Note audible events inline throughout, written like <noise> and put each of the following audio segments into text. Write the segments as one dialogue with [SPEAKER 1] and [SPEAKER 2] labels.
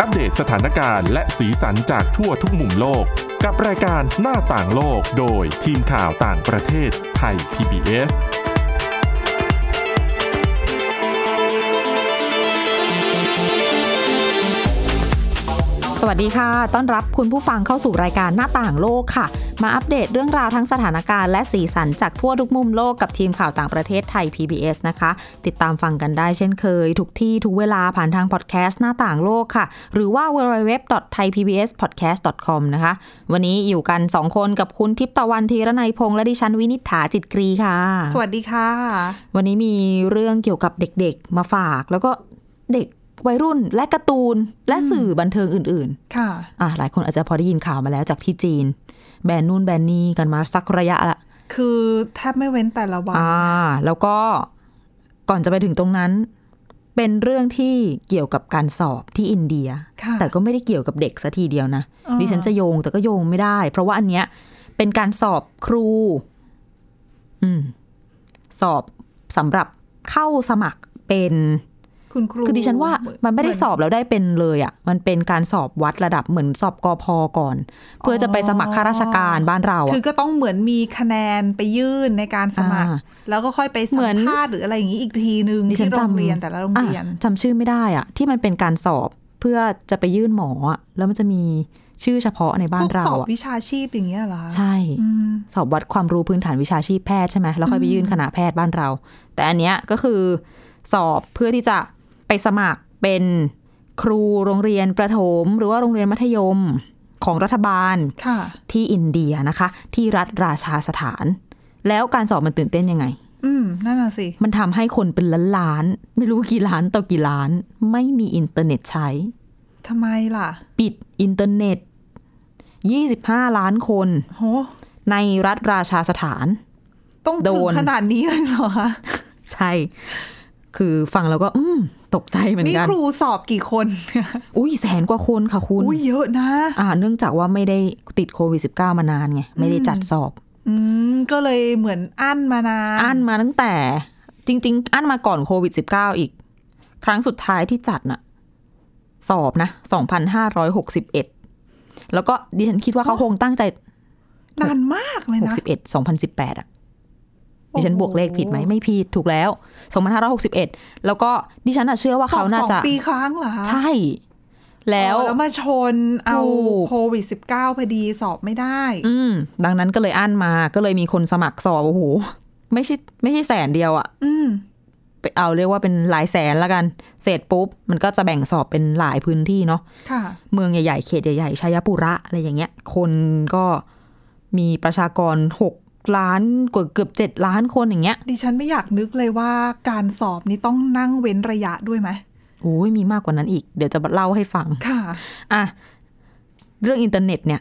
[SPEAKER 1] อัปเดตสถานการณ์และสีสันจากทั่วทุกมุมโลก กับรายการหน้าต่างโลกโดยทีมข่าวต่างประเทศไทย PBS
[SPEAKER 2] สวัสดีค่ะ ต้อนรับคุณผู้ฟังเข้าสู่รายการหน้าต่างโลกค่ะ มาอัปเดตเรื่องราวทั้งสถานการณ์และสีสันจากทั่วทุกมุมโลกกับทีมข่าวต่างประเทศไทย PBS นะคะ ติดตามฟังกันได้เช่นเคย ทุกที่ทุกเวลาผ่านทางพอดแคสต์หน้าต่างโลกค่ะ หรือว่า www.thaipbspodcast.com นะคะ วันนี้อยู่กัน 2 คนกับคุณทิพย์ตะวันธีรนัยพงษ์และดิฉันวินิษฐาจิตกรีค่ะ
[SPEAKER 3] สวัสดีค่ะ
[SPEAKER 2] วันนี้มีเรื่องเกี่ยวกับเด็กๆ มาฝาก แล้วก็เด็กวัยรุ่นและการ์ตูนและสื่อบันเทิงอื่น ๆ
[SPEAKER 3] ค่ะ
[SPEAKER 2] อ่ะหลายคนอาจจะพอได้ยินข่าวมาแล้วจากที่จีน แบนนู่นแบนนี่กันมาสักระยะละ
[SPEAKER 3] คือแทบไม่เว้นแต่ละวัน
[SPEAKER 2] อ่า แล้วก็ก่อนจะไปถึงตรงนั้น เป็นเรื่องที่เกี่ยวกับการสอบที่อินเดีย
[SPEAKER 3] ค่ะ
[SPEAKER 2] แต่ก็ไม่ได้เกี่ยวกับเด็กซะทีเดียวนะ
[SPEAKER 3] อ่า
[SPEAKER 2] ดิฉันจะโยงแต่ก็โยงไม่ได้ เพราะว่าอันเนี้ยเป็นการสอบครู อืม สอบสำหรับเข้าสมัครเป็น
[SPEAKER 3] คุณครู
[SPEAKER 2] คือดิฉันว่ามันไม่ได้สอบแล้วได้เป็นเลยอะ่ะ มันเป็นการสอบวัดระดับเหมือนสอบกอพอก่อน เพื่อจะไปสมัครข้าราชการบ้านเรา
[SPEAKER 3] คื
[SPEAKER 2] อะ
[SPEAKER 3] อก็ต้องเหมือนมีคะแนนไปยื่นในการสมัคร
[SPEAKER 2] อ่า
[SPEAKER 3] แล้วก็ค่อยไปสั
[SPEAKER 2] เหมื
[SPEAKER 3] ม
[SPEAKER 2] อน
[SPEAKER 3] ภาษณ์หรืออะไรอย่างนี้อีกทีหนึ่งที่โรงเรียนแต่ละโรงเรียน
[SPEAKER 2] อ่ะจำชื่อไม่ได้อะ่ะ ที่มันเป็นการสอบเพื่อจะไปยื่นหมออะแล้วมันจะมีชื่อเฉพาะในบ้า
[SPEAKER 3] พ
[SPEAKER 2] น
[SPEAKER 3] วก
[SPEAKER 2] เรา
[SPEAKER 3] สอบ
[SPEAKER 2] อะ
[SPEAKER 3] วิชาชีพอย่างเงี้ยเหรอคะ
[SPEAKER 2] ใช่
[SPEAKER 3] อืม
[SPEAKER 2] สอบวัดความรู้พื้นฐานวิชาชีพแพทย์ใช่ไหมแล้วค่อยไปยื่นคณะแพทย์บ้านเรา แต่อันเนี้ยก็คือ สอบเพื่อที่จะไปสมัครเป็นครูโรงเรียนประถม หรือว่าโรงเรียนมัธยมของรัฐบาล
[SPEAKER 3] ค่ะ
[SPEAKER 2] ที่อินเดียนะคะ ที่รัฐราชาสถาน แล้วการสอบมันตื่นเต้นยังไง
[SPEAKER 3] อืมนั่นน่ะสิ
[SPEAKER 2] มันทำให้คนเป็นล้านล้านๆไม่รู้กี่ล้านต่อกี่ล้าน ไม่มีอินเทอร์เน็ตใช้
[SPEAKER 3] ทำไมล่ะ
[SPEAKER 2] ปิดอินเทอร์เน็ต 25 ล้านคน
[SPEAKER 3] โห
[SPEAKER 2] ในรัฐราชาสถาน
[SPEAKER 3] ต้อง
[SPEAKER 2] โด
[SPEAKER 3] ถึง
[SPEAKER 2] น
[SPEAKER 3] ขนาดนี้เลยเหรอคะ
[SPEAKER 2] ใช่ คือฟังแล้วก็ อืม ตกใจเหมือน
[SPEAKER 3] นี่
[SPEAKER 2] กัน
[SPEAKER 3] ครูสอบกี่คน
[SPEAKER 2] อุ้ยแสนกว่าคนค่ะคุณ
[SPEAKER 3] อุ้ยเยอะนะ
[SPEAKER 2] อ่าเนื่องจากว่าไม่ได้ติดโควิด -19 มานานไง ไม่ได้จัดสอบ
[SPEAKER 3] อืมก็เลยเหมือนอั้นมานาน
[SPEAKER 2] อั้นมาตั้งแต่จริง ๆ อั้นมาก่อนโควิด -19 อีก ครั้งสุดท้ายที่จัดน่ะ สอบนะ 2,561 แล้วก็ดิฉันคิดว่าเขาคงตั้งใจ
[SPEAKER 3] นานมากเลยนะ
[SPEAKER 2] 61 2018 อ่ะ ดิฉันบวกเลขผิดไหม ไม่ผิด ถูกแล้ว 2,561 แล้วก็ดิฉันน่ะเชื่อว่าเขาน่า
[SPEAKER 3] สอบส
[SPEAKER 2] จะ
[SPEAKER 3] องปีครั้งเหรอคะ
[SPEAKER 2] ใช่ แล้ว
[SPEAKER 3] อ๋อแล้วมาชนเอา
[SPEAKER 2] ถูก
[SPEAKER 3] โควิด -19 พอดีสอบไม่ได้
[SPEAKER 2] อืม ดังนั้นก็เลยอั้นมาก็เลยมีคนสมัครสอบ โอ้โห ไม่ใช่ไม่ใช่แสนเดียวอะ
[SPEAKER 3] อืม
[SPEAKER 2] ไปเอาเรียกว่าเป็นหลายแสนละกัน เสร็จปุ๊บ มันก็จะแบ่งสอบเป็นหลายพื้นที่เนาะ
[SPEAKER 3] ค่ะ
[SPEAKER 2] เมืองใหญ่ๆ เขตใหญ่ๆ ชัยปุระอะไรอย่างเงี้ย คนก็มีประชากร 6 ล้านกว่าเกือบ 7 ล้านคนอย่างเงี้ย
[SPEAKER 3] ดิฉันไม่อยากนึกเลยว่าการสอบนี้ต้องนั่งเว้นระยะด้วยไหม
[SPEAKER 2] โอ้ยมีมากกว่านั้นอีก เดี๋ยวจะเล่าให้ฟัง
[SPEAKER 3] ค่ะ
[SPEAKER 2] อ่ะ เรื่องอินเทอร์เน็ตเนี่ย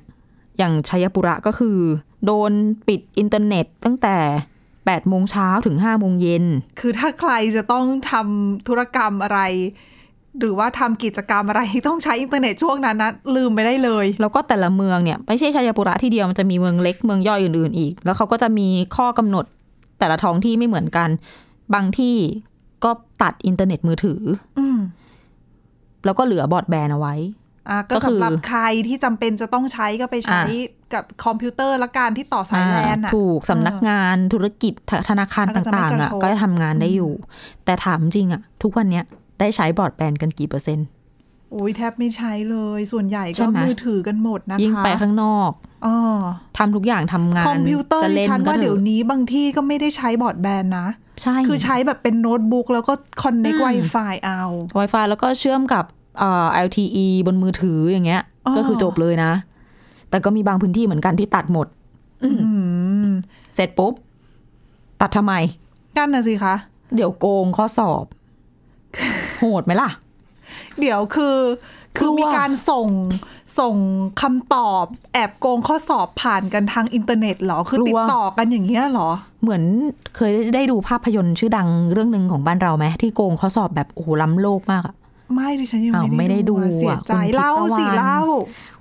[SPEAKER 2] อย่างชัยปุระก็คือ โดนปิดอินเทอร์เน็ตตั้งแต่8โมงเช้าถึง5โมงเย็น
[SPEAKER 3] คือถ้าใครจะต้องทำธุรกรรมอะไร หรือว่าทำกิจกรรมอะไรที่ต้องใช้อินเทอร์เน็ตช่วงนั้นนะลืมไปได้เลย
[SPEAKER 2] แล้วก็แต่ละเมืองเนี่ยไม่ใช่ชัยปุระที่เดียวมันจะมีเมืองเล็กเมืองย่อยอื่นๆอีก แล้วเขาก็จะมีข้อกำหนดแต่ละท้องที่ไม่เหมือนกัน บางที่ก็ตัดอินเทอร์เน็ตมือถือ
[SPEAKER 3] อืม
[SPEAKER 2] แล้วก็เหลือบอร์ดแบนเอาไว้
[SPEAKER 3] อ่ะก็
[SPEAKER 2] ก็คือ
[SPEAKER 3] สำหรับใครที่จำเป็นจะต้องใช้ก็ไปใช้
[SPEAKER 2] อ่
[SPEAKER 3] กับคอมพิวเตอร์ละกันที่ต่อสายแลน
[SPEAKER 2] อ่า
[SPEAKER 3] อ่ะ
[SPEAKER 2] ถูกสำนักงานธุรกิจธธนาคาร
[SPEAKER 3] อ่ะก็จะไม่
[SPEAKER 2] ต่างๆอ่ะ
[SPEAKER 3] กระทบ
[SPEAKER 2] ก็จะทำงานได้อยู่ แต่ถามจริงอ่ะ ทุกวันเนี้ยได้ใช้บอร์ดแบนกันกี่เปอร์เซ็นต์
[SPEAKER 3] อุ้ยแทบไม่ใช้เลย ส่วนใหญ่
[SPEAKER 2] ใช่
[SPEAKER 3] ก็
[SPEAKER 2] ไหม
[SPEAKER 3] มือถือกันหมดนะคะ
[SPEAKER 2] ยิ่งไปข้างนอก
[SPEAKER 3] อ๋อ
[SPEAKER 2] ทำทุกอย่างทำงาน
[SPEAKER 3] คอมพิวเตอร์
[SPEAKER 2] จะ
[SPEAKER 3] ดิ
[SPEAKER 2] เล่น
[SPEAKER 3] ฉัน
[SPEAKER 2] ก็
[SPEAKER 3] ว่า
[SPEAKER 2] เถ
[SPEAKER 3] เดี๋ยว
[SPEAKER 2] อะ
[SPEAKER 3] นี้บางที่ก็ไม่ได้ใช้บอร์ดแบนนะ
[SPEAKER 2] ใช่
[SPEAKER 3] คือใช้แบบเป็นโน้ตบุ๊กแล้วก็คอนเน c t Wi-Fi เอา
[SPEAKER 2] ไวไฟแล้วก็เชื่อมกับเอ่อ LTE บนมือถืออย่างเงี้ย
[SPEAKER 3] อ๋อ
[SPEAKER 2] ก็คือจบเลยนะ แต่ก็มีบางพื้นที่เหมือนกันที่ตัดหมด
[SPEAKER 3] อืม
[SPEAKER 2] เสร็จปุ๊บ ตัดทำไม
[SPEAKER 3] นั่นนะสิคะ
[SPEAKER 2] เดี๋ยวโกงข้อสอบ โหดไหมล่ะ
[SPEAKER 3] เดี๋ยวคือคือก
[SPEAKER 2] ลัว
[SPEAKER 3] มีการส่งส่งคำตอบแอบโกงข้อสอบผ่านกันทางอินเทอร์เน็ตเหรอ คือติดต่อกันอย่างเงี้ยเหรอ
[SPEAKER 2] เหมือนเคยได้ดูภาพยนตร์ชื่อดังเรื่องหนึ่งของบ้านเราไหมที่โกงข้อสอบแบบโอ้โหล้ำโลกมากอะ
[SPEAKER 3] ไม่ดิฉันยัง
[SPEAKER 2] อ้าวไม่
[SPEAKER 3] ไม่
[SPEAKER 2] ได้
[SPEAKER 3] ได้
[SPEAKER 2] ดู
[SPEAKER 3] ดูอะเสีย
[SPEAKER 2] อ่ะ
[SPEAKER 3] ใจ
[SPEAKER 2] คุณทิพย์
[SPEAKER 3] เล่าสิ
[SPEAKER 2] ตะวัน
[SPEAKER 3] เล่า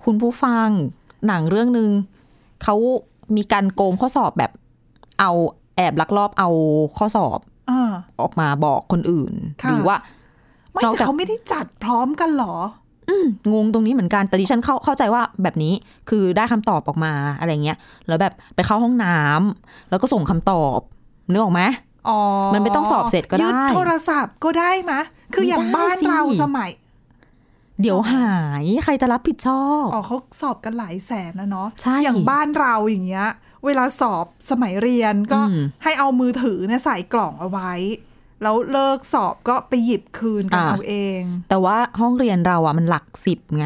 [SPEAKER 2] คุณผู้ฟังหนังเรื่องหนึ่งเขามีการโกงข้อสอบแบบเอาแอบลักลอบเอาข้อสอบ
[SPEAKER 3] อ่า
[SPEAKER 2] ออกมาบอกคนอื่นห
[SPEAKER 3] ค่ะ
[SPEAKER 2] รือว่า
[SPEAKER 3] ไม่
[SPEAKER 2] นอก
[SPEAKER 3] แต่
[SPEAKER 2] จาก
[SPEAKER 3] เขาไม่ได้จัดพร้อมกันเหรอ
[SPEAKER 2] งงตรงนี้เหมือนกันแต่ดิฉันเข้าเข้าใจว่าแบบนี้คือได้คำตอบออกมาอะไรเงี้ยแล้วแบบไปเข้าห้องน้ำแล้วก็ส่งคำตอบนึกออกไหม
[SPEAKER 3] อ๋อ
[SPEAKER 2] มันไม่ต้องสอบเสร็จก็ได้
[SPEAKER 3] ยึดโทรศัพท์ก็ได้มะ คืออย่าง
[SPEAKER 2] ไม่ได้
[SPEAKER 3] บ้าน
[SPEAKER 2] สิ
[SPEAKER 3] เราสมัย
[SPEAKER 2] เดี๋ยวหายใครจะรับผิดชอบ
[SPEAKER 3] อ๋อเขาสอบกันหลายแสนนะเนาะ
[SPEAKER 2] ใช่
[SPEAKER 3] อย่างบ้านเราอย่างเงี้ย เวลาสอบสมัยเรียนก็
[SPEAKER 2] อืม
[SPEAKER 3] ให้เอามือถือเนี่ยใส่กล่องเอาไว้ แล้วเลิกสอบก็ไปหยิบคืนกัน
[SPEAKER 2] อ่า
[SPEAKER 3] เอาเอง
[SPEAKER 2] แต่ว่าห้องเรียนเราอ่ะมันหลักสิบไง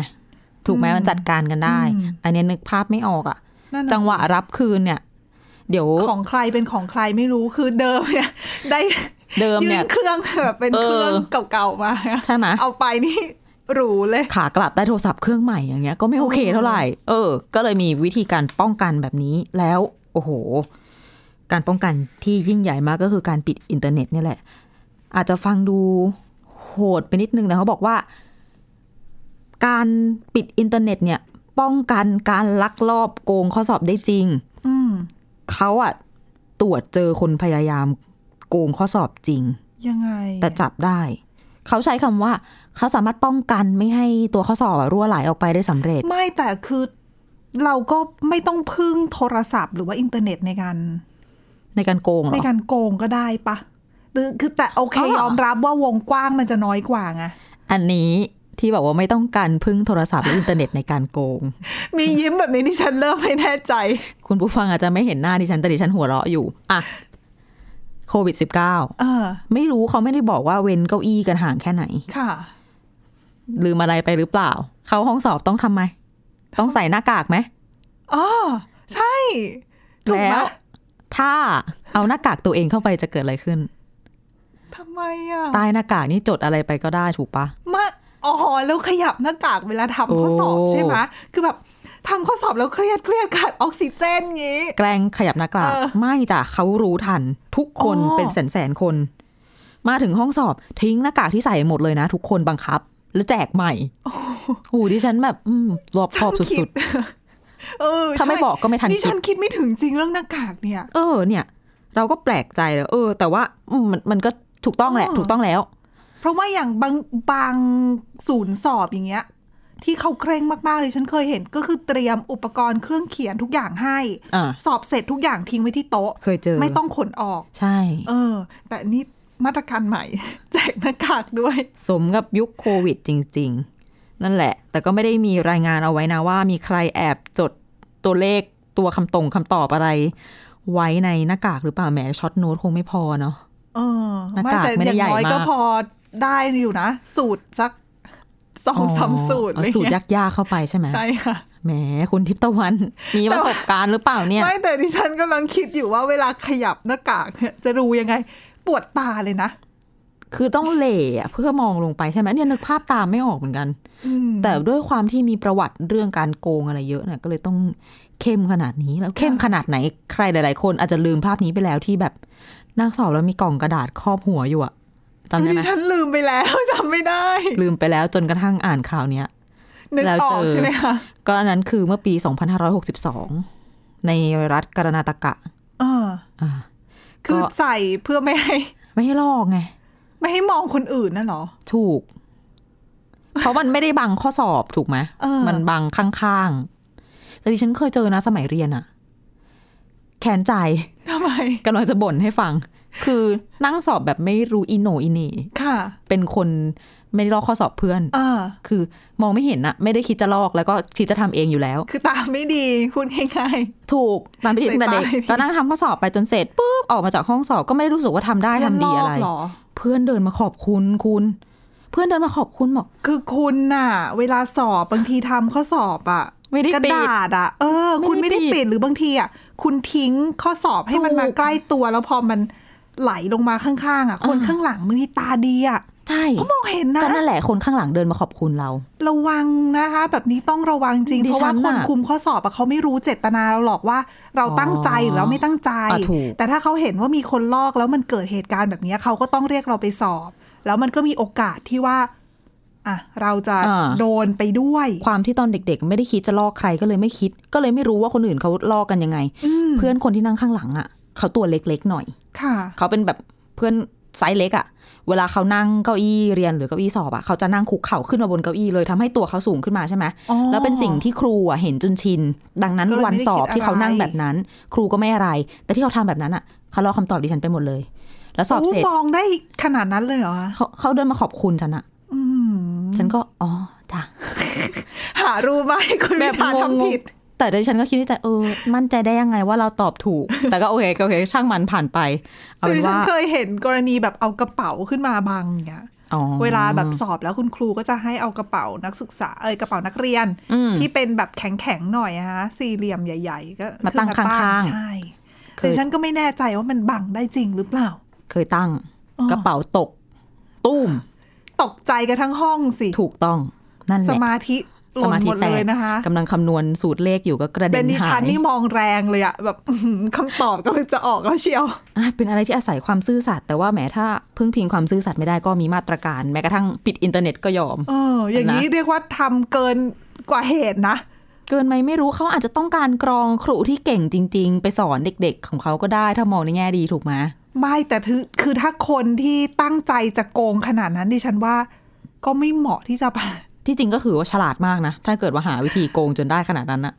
[SPEAKER 2] ถูกไหม
[SPEAKER 3] อืม
[SPEAKER 2] มันจัดการกันได้
[SPEAKER 3] อืม
[SPEAKER 2] อันเนี้ยนึกภาพไม่ออกอ่ะ
[SPEAKER 3] นั่นน่
[SPEAKER 2] จังหวะรับคืนเนี่ย เดี๋ยว
[SPEAKER 3] ของใครเป็นของใครไม่รู้คือเดิมเนี่ย <laughs> ได้
[SPEAKER 2] เดิม
[SPEAKER 3] ยื่
[SPEAKER 2] เนี่ย
[SPEAKER 3] นเครื่องแบบเป็น
[SPEAKER 2] เออ
[SPEAKER 3] เครื่องเก่าๆมา
[SPEAKER 2] ใช่ไหม
[SPEAKER 3] เอาไปนี่หรูเลย
[SPEAKER 2] ขากลับได้โทรศัพท์เครื่องใหม่อย่างเงี้ยก็ไม่โอเคเท่าไหร่ เออ ก็เลยมีวิธีการป้องกันแบบนี้แล้ว โอ้โห การป้องกันที่ยิ่งใหญ่มากก็คือการปิดอินเทอร์เน็ตเนี่ยแหละ อาจจะฟังดูโหดไปนิดนึงแต่เขาบอกว่า การปิดอินเทอร์เน็ตเนี่ย ป้องกันการลักลอบโกงข้อสอบได้จริง
[SPEAKER 3] อืม
[SPEAKER 2] เขาอะตรวจเจอคนพยายามโกงข้อสอบจริง
[SPEAKER 3] ยังไง
[SPEAKER 2] แต่จับได้ เขาใช้คำว่า เขาสามารถป้องกันไม่ให้ตัวข้อสอบอะรั่วไหลออกไปได้สำเร็จ
[SPEAKER 3] ไม่แต่คือเราก็ไม่ต้องพึ่งโทรศัพท์หรือว่าอินเทอร์เน็ตในการ
[SPEAKER 2] ในการโกงเหร
[SPEAKER 3] ใน
[SPEAKER 2] อ
[SPEAKER 3] การโกงก็ได้ปะหรือคือแต่โอเค
[SPEAKER 2] อ๋อ
[SPEAKER 3] ยอมรับว่าวงกว้างมันจะน้อยกว่าไง
[SPEAKER 2] อันนี้ที่บอกว่าไม่ต้องการพึ่งโทรศัพท์หรืออินเทอร์เน็ตในการโกง <laughs>
[SPEAKER 3] มียิ้มแบบนี้ที่ฉันเริ่มไม่แน่ใจ
[SPEAKER 2] คุณผู้ฟังอาจจะไม่เห็นหน้าดิฉันแต่ดิฉันหัวเราะอยู่อะโควิด -19
[SPEAKER 3] เออ
[SPEAKER 2] ไม่รู้เขาไม่ได้บอกว่าเว้นเก้าอี้กันห่างแค่ไหน
[SPEAKER 3] ค่ะ
[SPEAKER 2] ลืมอะไรไปหรือเปล่า เข้าห้องสอบต้องทำไหม ต้องใส่หน้ากากไหม
[SPEAKER 3] อ๋อ ใช่ถูกไหม
[SPEAKER 2] แล้ว ถ้าเอาหน้ากากตัวเองเข้าไปจะเกิดอะไรขึ้น
[SPEAKER 3] ทำไมอ่ะ
[SPEAKER 2] ใต้หน้ากากนี่จดอะไรไปก็ได้ถูกปะ
[SPEAKER 3] มาอ๋อแล้วขยับหน้ากากเวลาทำข้อสอบ
[SPEAKER 2] โอ้
[SPEAKER 3] ใช่ไหมคือแบบทำข้อสอบแล้วเครียดเครียดขาดออกซิเจนงี้
[SPEAKER 2] แกล้งขยับหน้ากาก
[SPEAKER 3] เออ
[SPEAKER 2] ไม่จ้ะเขารู้ทัน ทุกคน
[SPEAKER 3] อ๋อ
[SPEAKER 2] เป็นแสนแสนๆคน มาถึงห้องสอบทิ้งหน้ากากที่ใส่หมดเลยนะ ทุกคนบังคับ แล้วแจกใหม่โอ้ดิฉันแบบอืมรอบคอบ
[SPEAKER 3] ช่างคิ
[SPEAKER 2] สุด
[SPEAKER 3] <laughs> เออ
[SPEAKER 2] ๆ ถ้าไม่
[SPEAKER 3] ใช่
[SPEAKER 2] บอกก็ไม่ทัน
[SPEAKER 3] นี่
[SPEAKER 2] คิ
[SPEAKER 3] ฉั
[SPEAKER 2] ด
[SPEAKER 3] นคิดไม่ถึงจริงเรื่องหน้ากากเนี่ย
[SPEAKER 2] เออ เนี่ย เราก็แปลกใจเลยเออ แต่ว่าอืมมันมันก็ถูกต้องแหละ
[SPEAKER 3] อ๋อ
[SPEAKER 2] ถูกต้องแล้ว
[SPEAKER 3] เพราะว่าอย่างบางบางศูนย์สอบอย่างเงี้ย ที่เขาเคร่งมากๆเลยฉันเคยเห็นก็คือเตรียมอุปกรณ์เครื่องเขียนทุกอย่างให้
[SPEAKER 2] อ่า
[SPEAKER 3] สอบเสร็จทุกอย่างทิ้งไว้ที่โต๊ะ
[SPEAKER 2] เคยเจอ
[SPEAKER 3] ไม่ต้องขนออก
[SPEAKER 2] ใช่
[SPEAKER 3] เออ แต่นี่มาตรการใหม่ <laughs> แจกหน้ากากด้วย
[SPEAKER 2] สมกับยุคโควิดจริง ๆ นั่นแหละ แต่ก็ไม่ได้มีรายงานเอาไว้นะว่ามีใครแอบจดตัวเลขตัวคำตรงคำตอบอะไร ไว้ในหน้ากากหรือเปล่าแหมช็อตโน้ตคงไม่พอเนาะ
[SPEAKER 3] เออ
[SPEAKER 2] หน้ากาก
[SPEAKER 3] แต่
[SPEAKER 2] ไม่
[SPEAKER 3] อ
[SPEAKER 2] ได้
[SPEAKER 3] ย่าง
[SPEAKER 2] ใหญ่
[SPEAKER 3] น้อยก็
[SPEAKER 2] มาก
[SPEAKER 3] พอได้อยู่นะ สูตรสักสองสามสูตรอะไร
[SPEAKER 2] เอาสูตร
[SPEAKER 3] เงี้ย
[SPEAKER 2] ยากๆเข้าไปใช่ไหม
[SPEAKER 3] ใช่ค่ะ
[SPEAKER 2] แหมคุณทิพย์ตะวัน มีประสบการณ์หรือเปล่าเนี่ย
[SPEAKER 3] ไม่แต่ดิฉันกำลังคิดอยู่ว่าเวลาขยับหน้ากากเนี่ยจะรู้ยังไง ปวดตาเลยนะ
[SPEAKER 2] คือต้องเหล่อะเพื่อมองลงไปใช่ไหมเนี่ยนึกภาพตามไม่ออกเหมือนกัน
[SPEAKER 3] อืม
[SPEAKER 2] แต่ด้วยความที่มีประวัติเรื่องการโกงอะไรเยอะเนี่ยก็เลยต้องเข้มขนาดนี้แล้วเข้มขนาดไหนใครหลาย ๆ คนอาจจะลืมภาพนี้ไปแล้วที่แบบนั่งสอบแล้วมีกล่องกระดาษครอบหัวอยู่อะจำได้
[SPEAKER 3] ดิ
[SPEAKER 2] ไหม
[SPEAKER 3] ฉันลืมไปแล้ว <laughs> จำไม่ได้
[SPEAKER 2] ลืมไปแล้วจนกระทั่งอ่านข่าวเนี้ย
[SPEAKER 3] นึก
[SPEAKER 2] แล้ว
[SPEAKER 3] อ
[SPEAKER 2] เจ
[SPEAKER 3] อก
[SPEAKER 2] อ
[SPEAKER 3] ใช่ไหมคะ
[SPEAKER 2] ก็อันนั้นคือเมื่อปี 2562 ในรัฐกรณาตกะ
[SPEAKER 3] เออ
[SPEAKER 2] อ่า
[SPEAKER 3] คือ
[SPEAKER 2] ก็
[SPEAKER 3] ใส่เพื่อไม่ให้
[SPEAKER 2] ไม่ให้ลอกไง
[SPEAKER 3] ไม่ให้มองคนอื่นนั่นเหรอ
[SPEAKER 2] ถูก เพราะมันไม่ได้บังข้อสอบถูกไหม
[SPEAKER 3] เออ
[SPEAKER 2] มันบังข้างๆ แต่ดิฉันเคยเจอนะสมัยเรียนอะแขนใจ
[SPEAKER 3] ทำไม
[SPEAKER 2] กำลังจะบ่นให้ฟัง คือนั่งสอบแบบไม่รู้อิโหนอิเหนี่
[SPEAKER 3] ค่ะ
[SPEAKER 2] เป็นคนไม่ได้ลอกข้อสอบเพื่อน
[SPEAKER 3] เออ
[SPEAKER 2] คือมองไม่เห็นอะไม่ได้คิดจะลอกแล้วก็คิดจะทำเองอยู่แล้ว
[SPEAKER 3] คือตาไม่ดีคุณง่าย
[SPEAKER 2] ถูกตามไปติดตั้งแต่เด็ก
[SPEAKER 3] ใส่ไป
[SPEAKER 2] ก็นั่งทำข้อสอบไปจนเสร็จปุ๊บออกมาจากห้องสอบก็ไม่ได้รู้สึกว่าทำได้
[SPEAKER 3] ๆ
[SPEAKER 2] ทำดีอะไร
[SPEAKER 3] ยันลกเหรอ
[SPEAKER 2] เพื่อนเดินมาขอบคุณคุณ เพื่อนเดินมาขอบคุณบอก
[SPEAKER 3] คือคุณน่ะ เวลาสอบบางทีทำข้อสอบอ่ะ
[SPEAKER 2] ไม่ได้
[SPEAKER 3] กระ
[SPEAKER 2] ปิด
[SPEAKER 3] ดาษอ่ะ เออ คุณ
[SPEAKER 2] ไม่
[SPEAKER 3] ไม่
[SPEAKER 2] ได้
[SPEAKER 3] ได้
[SPEAKER 2] ปิด
[SPEAKER 3] ปิดหรือบางทีอ่ะคุณทิ้งข้อสอบให้มัน
[SPEAKER 2] ถูก
[SPEAKER 3] มาใกล้ตัว แล้วพอมันไหลลงมาข้างๆอ่ะ คน
[SPEAKER 2] อ่า
[SPEAKER 3] ข้างหลังบางทีตาดีอ่ะ
[SPEAKER 2] ใช่
[SPEAKER 3] เขามองเห็นนะ
[SPEAKER 2] ก็นั่นแหละคนข้างหลังเดินมาขอบคุณเรา
[SPEAKER 3] ระวังนะคะ แบบนี้ต้องระวังจริง
[SPEAKER 2] ดิ
[SPEAKER 3] เพราะ
[SPEAKER 2] ฉั
[SPEAKER 3] ว่านคน
[SPEAKER 2] น่ะ
[SPEAKER 3] คุมข้อสอบอะเขาไม่รู้เจตนาเราหรอกว่า เราตั้งใจหรือเราไม่ตั้งใจ
[SPEAKER 2] อ่ะถูก
[SPEAKER 3] แต่ถ้าเขาเห็นว่ามีคนลอกแล้วมันเกิดเหตุการณ์แบบนี้เขาก็ต้องเรียกเราไปสอบ แล้วมันก็มีโอกาสที่ว่าอ่ะเราจะ
[SPEAKER 2] อ่า
[SPEAKER 3] โดนไปด้วย
[SPEAKER 2] ความที่ตอนเด็กๆ ไม่ได้คิดจะลอกใครก็เลยไม่คิด ก็เลยไม่รู้ว่าคนอื่นเขาลอกกันยังไง
[SPEAKER 3] อืม
[SPEAKER 2] เพื่อนคนที่นั่งข้างหลังอ่ะเขาตัวเล็กๆหน่อย
[SPEAKER 3] ค่ะ
[SPEAKER 2] เขาเป็นแบบเพื่อนไซส์เล็กอ่ะ เวลาเขานั่งเก้าอี้เรียนหรือเก้าอี้สอบอะเขาจะนั่งคุกเข่าขึ้นมาบนเก้าอี้เลยทำให้ตัวเขาสูงขึ้นมาใช่ไหม
[SPEAKER 3] อ๋อ
[SPEAKER 2] แล้วเป็นสิ่งที่ครูอะเห็นจนชิน ดังนั้น
[SPEAKER 3] ก็เลยไม่ได้
[SPEAKER 2] วันสอบ
[SPEAKER 3] คิดอะไร
[SPEAKER 2] ที่เขานั่งแบบนั้น ครูก็ไม่อะไร แต่ที่เขาทำแบบนั้นอะเขาลอกคำตอบดิฉันไปหมดเลย แล้วสอบ
[SPEAKER 3] โ
[SPEAKER 2] เสร็จ
[SPEAKER 3] มองได้ขนาดนั้นเลยเหรอคะ
[SPEAKER 2] เขาเขาเดินมาขอบคุณฉันอะ
[SPEAKER 3] อืม
[SPEAKER 2] ฉันก็อ๋อจ้ะ
[SPEAKER 3] หารู้ไหมคุณ
[SPEAKER 2] แบ
[SPEAKER 3] วิ
[SPEAKER 2] บ
[SPEAKER 3] ชาง
[SPEAKER 2] ง
[SPEAKER 3] ทำผิด
[SPEAKER 2] ๆแต่ดิฉันก็คิดในใจเออ มั่นใจได้ยังไงว่าเราตอบถูก แต่ก็โอเคโอเค ช่างมันผ่านไป เอา
[SPEAKER 3] คื
[SPEAKER 2] เป็
[SPEAKER 3] อนฉัน
[SPEAKER 2] ว่า
[SPEAKER 3] เคยเห็นกรณีแบบเอากระเป๋าขึ้นมาบังอย่างเงี้ย
[SPEAKER 2] อ๋อ
[SPEAKER 3] เวลาแบบสอบแล้วคุณครูก็จะให้เอากระเป๋านักศึกษาเอ้ยกระเป๋านักเรียน
[SPEAKER 2] อืม
[SPEAKER 3] ที่เป็นแบบแข็งๆหน่อยนะฮะสี่เหลี่ยมใหญ่ ๆ ก็
[SPEAKER 2] มาตั้ง
[SPEAKER 3] ขึ้น
[SPEAKER 2] ข้างๆ
[SPEAKER 3] ใช่
[SPEAKER 2] เคย
[SPEAKER 3] แต่ฉันก็ไม่แน่ใจว่ามันบังได้จริงหรือเปล่า
[SPEAKER 2] เคยตั้ง
[SPEAKER 3] อ๋อ
[SPEAKER 2] กระเป๋าตก ตุ้ม
[SPEAKER 3] ตกใจกันทั้งห้องสิ
[SPEAKER 2] ถูกต้องนั่นแห
[SPEAKER 3] ส
[SPEAKER 2] ละ
[SPEAKER 3] มาธิหล่นหมดเลยนะคะ
[SPEAKER 2] กำลังคำนวณสูตรเลขอยู่ก็กระ
[SPEAKER 3] เป็
[SPEAKER 2] เด็
[SPEAKER 3] น
[SPEAKER 2] น
[SPEAKER 3] ดิฉั
[SPEAKER 2] หาน ย
[SPEAKER 3] นี่มองแรงเลยอะแบบอื้อหือคำตอบก็เลยจะออกแล้วเชียว
[SPEAKER 2] อ่ะเป็นอะไรที่อาศัยความซื่อสัตย์แต่ว่าแหมถ้าพึ่งพิงความซื่อสัตย์ไม่ได้ก็มีมาตรการ แม้กระทั่งปิดอินเทอร์เน็ตก็ยอม
[SPEAKER 3] เออ อย่างนี้เรียกว่าทำเกินกว่าเหตุนะ
[SPEAKER 2] เกินไหมไม่รู้เขาอาจจะต้องการกรองครูที่เก่งจริง ๆ ไปสอนเด็ก ๆ ของเขาก็ได้ถ้ามองในแง่ดีถูกไหม
[SPEAKER 3] ไม่แต่ถือคือถ้าคนที่ตั้งใจจะโกงขนาดนั้นดิฉันว่า ก็ไม่เหมาะที่จะไป <laughs>
[SPEAKER 2] ที่จริงก็คือว่าฉลาดมากนะ ถ้าเกิดว่าหาวิธีโกงจนได้ขนาดนั้น
[SPEAKER 3] <laughs>
[SPEAKER 2] นะ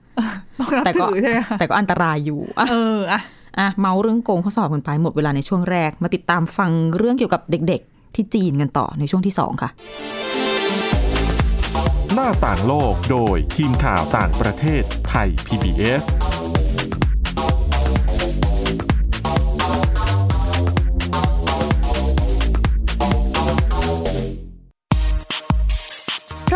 [SPEAKER 3] ต้องรับ
[SPEAKER 2] แต่ก็
[SPEAKER 3] ถือใช่ไหมคะ
[SPEAKER 2] แต่ก็อันตรายอยู่อ่ะ
[SPEAKER 3] เอออะ
[SPEAKER 2] อ่ะเมาเรื่องโกงข้อสอบกันไปหมดเวลาในช่วงแรก มาติดตามฟังเรื่องเกี่ยวกับเด็ก ๆ ที่จีนกันต่อในช่วงที่ 2 ค่ะ
[SPEAKER 1] หน้าต่างโลกโดยทีมข่าวต่างประเทศไทย PBS
[SPEAKER 4] เพร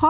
[SPEAKER 5] พ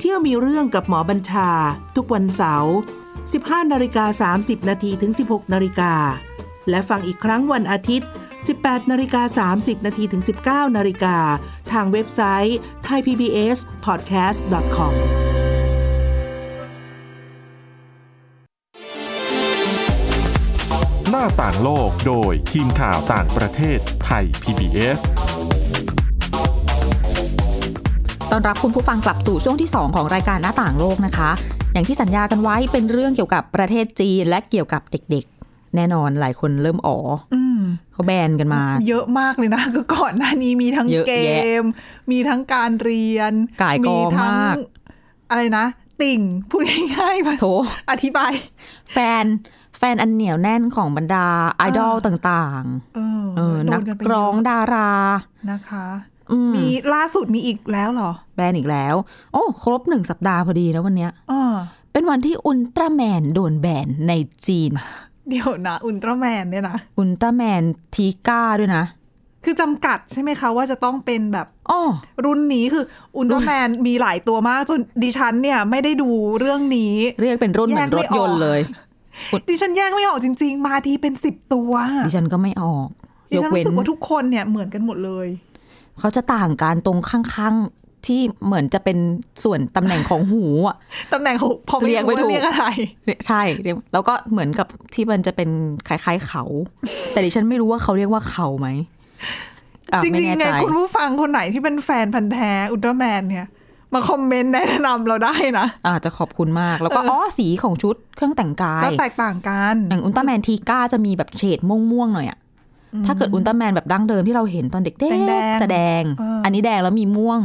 [SPEAKER 5] เที่ยวมีเรื่องกับหมอบัญชา ทุกวันเสาร์ 15นาฬิกา30นาทีถึง 16นาฬิกาและฟังอีกครั้งวันอาทิตย์ 18นาฬิกา30นาทีถึง 19นาฬิกาทางเว็บไซต์ thaipbspodcast.com
[SPEAKER 1] หน้าต่างโลกโดยทีมข่าวต่างประเทศไทย PBS
[SPEAKER 2] ตอนรับคุณผู้ฟังกลับสู่ช่วงที่ 2 ของรายการหน้าต่างโลกนะคะ อย่างที่สัญญากันไว้เป็นเรื่องเกี่ยวกับประเทศจีนและเกี่ยวกับเด็ก ๆ แน่นอนหลายคนเริ่มอ๋อ
[SPEAKER 3] อืม
[SPEAKER 2] เขาแบนกันมา
[SPEAKER 3] เยอะมากเลยนะ คือก่อนหน้านี้มีทั้ง
[SPEAKER 2] เยอะ
[SPEAKER 3] เก
[SPEAKER 2] แยะ
[SPEAKER 3] ม มีทั้งการเรียน
[SPEAKER 2] ก่ายกอง
[SPEAKER 3] ทั้
[SPEAKER 2] มาก
[SPEAKER 3] อะไรนะ ติ่ง พูดง่ายๆว่า
[SPEAKER 2] โถ
[SPEAKER 3] อธิบาย
[SPEAKER 2] แฟนแฟนอันเหนียวแน่นของบรรดาไอดอลต่าง
[SPEAKER 3] เออ
[SPEAKER 2] ๆ เออ
[SPEAKER 3] โด
[SPEAKER 2] นัก
[SPEAKER 3] ไปเยะ
[SPEAKER 2] ร้องดารา
[SPEAKER 3] นะคะ
[SPEAKER 2] อืม
[SPEAKER 3] มีล่าสุดมีอีกแล้วเหรอ
[SPEAKER 2] แบนอีกแล้ว โอ้ ครบหนึ่งสัปดาห์พอดีนะวันเนี้ย
[SPEAKER 3] เออ
[SPEAKER 2] เป็นวันที่อุลตร้าแมนโดนแบนในจีน
[SPEAKER 3] เดี๋ยวนะ อุลตร้าแมนเนี่ยนะ
[SPEAKER 2] อุลตร้าแมนทีก้าด้วยนะ
[SPEAKER 3] คือจำกัดใช่ไหมคะ ว่าจะต้องเป็นแบบ
[SPEAKER 2] อ้อ
[SPEAKER 3] รุ่นนี้คืออุลตร้าแมนมีหลายตัวมาก จนดิฉันเนี่ยไม่ได้ดูเรื่องนี้
[SPEAKER 2] เรียกเป็นรุ่นเหมือนรถยนต์เลย
[SPEAKER 3] ดิฉันแยกไม่ออกจริง ๆ มาทีเป็นสิบตัว
[SPEAKER 2] ดิฉันก็ไม่ออก
[SPEAKER 3] ดิ
[SPEAKER 2] ยก
[SPEAKER 3] ฉัน
[SPEAKER 2] เว้น
[SPEAKER 3] รู้สึกว่าทุกคนเนี่ยเหมือนกันหมดเลย
[SPEAKER 2] เขาจะต่างการตรงข้างๆ ที่เหมือนจะเป็นส่วนตำแหน่งของหูอ่ะ <laughs>
[SPEAKER 3] ตำแหน่งของพอ
[SPEAKER 2] เรียกไม่
[SPEAKER 3] ว่า
[SPEAKER 2] ถูก
[SPEAKER 3] เรียกอะไร
[SPEAKER 2] เนี่ยใช่เรียกแล้วก็เหมือนกับที่มันจะเป็นคล้ายๆเขา แต่ดิฉันไม่รู้ว่าเขาเรียกว่าเขาไหมอ่ะ
[SPEAKER 3] จ
[SPEAKER 2] ไม่
[SPEAKER 3] ริง
[SPEAKER 2] แน่
[SPEAKER 3] ๆเนี่ย
[SPEAKER 2] ใจ
[SPEAKER 3] คุณผู้ฟังคนไหนที่เป็นแฟนพันธ์แท้อุลตร้าแมนเนี่ย มาคอมเมนต์แนะนำเราได้นะ
[SPEAKER 2] อาจจะขอบคุณมาก แล้วก็อ๋อสีของชุดเครื่องแต่งกาย
[SPEAKER 3] ก็แตกต่างกัน
[SPEAKER 2] อย่างอุลตร้าแมนทีก้าจะมีแบบเฉดม่วงๆหน่อยอะถ้าเกิดอุลตร้าแมนแบบดั้งเดิมที่เราเห็นตอนเด็ก
[SPEAKER 3] แดงๆ
[SPEAKER 2] ๆจะแดง
[SPEAKER 3] เอออั
[SPEAKER 2] อันนี้แดงแล้วมีม่วง